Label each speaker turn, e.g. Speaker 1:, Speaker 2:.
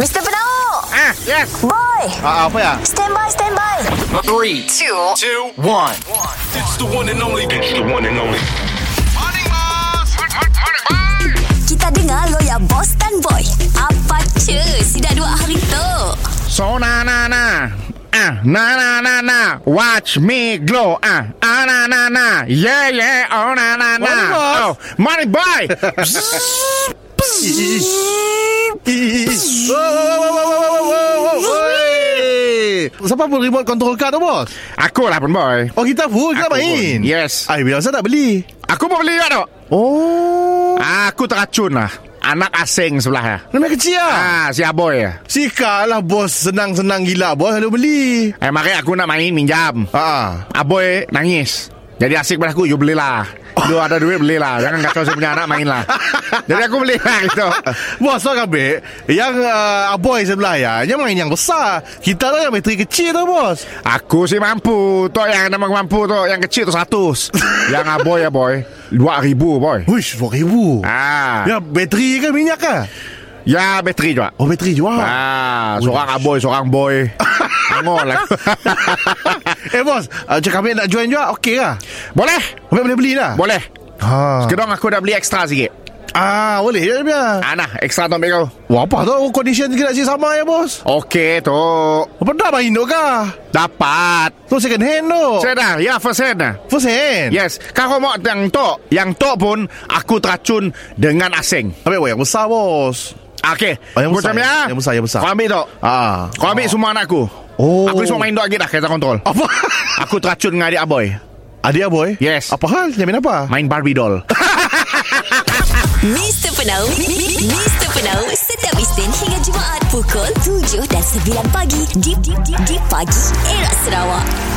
Speaker 1: Mr. Penau
Speaker 2: Ah, yes.
Speaker 1: Boy
Speaker 2: Ah, apa ya?
Speaker 1: Stand by, stand by
Speaker 3: Three, two,
Speaker 2: Two, one.
Speaker 4: It's the one and only. It's the one and only.
Speaker 1: Kita dengar lo ya Boss dan Boy Apa cu Si dah dua hari tu
Speaker 2: So na na na. Ah, na na na na. Watch me glow. Ah, ah na na na. Yeah yeah. Oh na na na.
Speaker 5: Morning, boss.
Speaker 2: Oh, money boy.
Speaker 5: Wow, wow, wow, wow, wow, wow, wow, wow. Wey. Siapa pun remote control car tu bos
Speaker 2: Aku lah pun boy.
Speaker 5: Oh kita full Kita
Speaker 2: Aku pun,
Speaker 5: main
Speaker 2: yes.
Speaker 5: Ay, Bila saya tak beli
Speaker 2: Aku pun beli juga tu.
Speaker 5: Oh
Speaker 2: Aku teracun lah. Anak asing sebelah ya.
Speaker 5: Nama kecil lah
Speaker 2: Ah, si aboy ya.
Speaker 5: Sika lah bos Senang-senang gila bos Lalu beli
Speaker 2: Eh, makanya aku nak main minjam.
Speaker 5: Ah,
Speaker 2: Aboy nangis. Jadi asik pada aku, you belilah. Lu ada duit belilah. Jangan kacau saya punya anak mainlah. Jadi aku belilah gitu.
Speaker 5: Bos so kabeh Yang uh, aboy sebelah ya Yang main yang besar Kita lah yang bateri kecil tu bos
Speaker 2: Aku sih mampu. Tok yang nama aku mampu tok yang kecil tu 100. yang aboy ya boy. 2000 boy.
Speaker 5: Wish 2000
Speaker 2: Ah.
Speaker 5: Ya bateri ke minyak ke
Speaker 2: Ya bateri juga.
Speaker 5: Oh bateri jual
Speaker 2: Ah, seorang aboy, seorang boy. Angol lah.
Speaker 5: Eh bos uh, Cakap nak join juga Okey lah
Speaker 2: Boleh?
Speaker 5: Abang boleh beli lah
Speaker 2: Boleh.
Speaker 5: ha.
Speaker 2: Kedong aku dah beli ekstra sikit.
Speaker 5: Ah, boleh je dia.
Speaker 2: Ah, nah, ekstra tu ambil kau.
Speaker 5: Wah, apa tu condition kita sih sama ya, bos?
Speaker 2: Okey tu.
Speaker 5: Apa dah main tu kah?
Speaker 2: Dapat.
Speaker 5: Tu second hand tu.
Speaker 2: Saya dah, ya first hand dah.
Speaker 5: First hand.
Speaker 2: Yes, kau mau yang tok. Yang tok pun aku teracun dengan asing.
Speaker 5: Ambil weh oh, yang besar, bos.
Speaker 2: Okey.
Speaker 5: Oh, yang besar,
Speaker 2: Macam ya?
Speaker 5: yang besar, yang besar.
Speaker 2: Kau ambil tok.
Speaker 5: Ah.
Speaker 2: Kau ambil semua anak aku.
Speaker 5: Oh.
Speaker 2: Aku ni semua main tok lagi dah kereta kontrol.
Speaker 5: Apa?
Speaker 2: Aku teracun dengan adik aboy.
Speaker 5: Adik aboy?
Speaker 2: Yes.
Speaker 5: Apa hal? Jamin apa?
Speaker 2: Main Barbie doll.
Speaker 1: Mr. Penau Mr. Penau Setiap Isnin hingga Jumaat Pukul 7 dan 9 pagi Di, di, di, di pagi Era Sarawak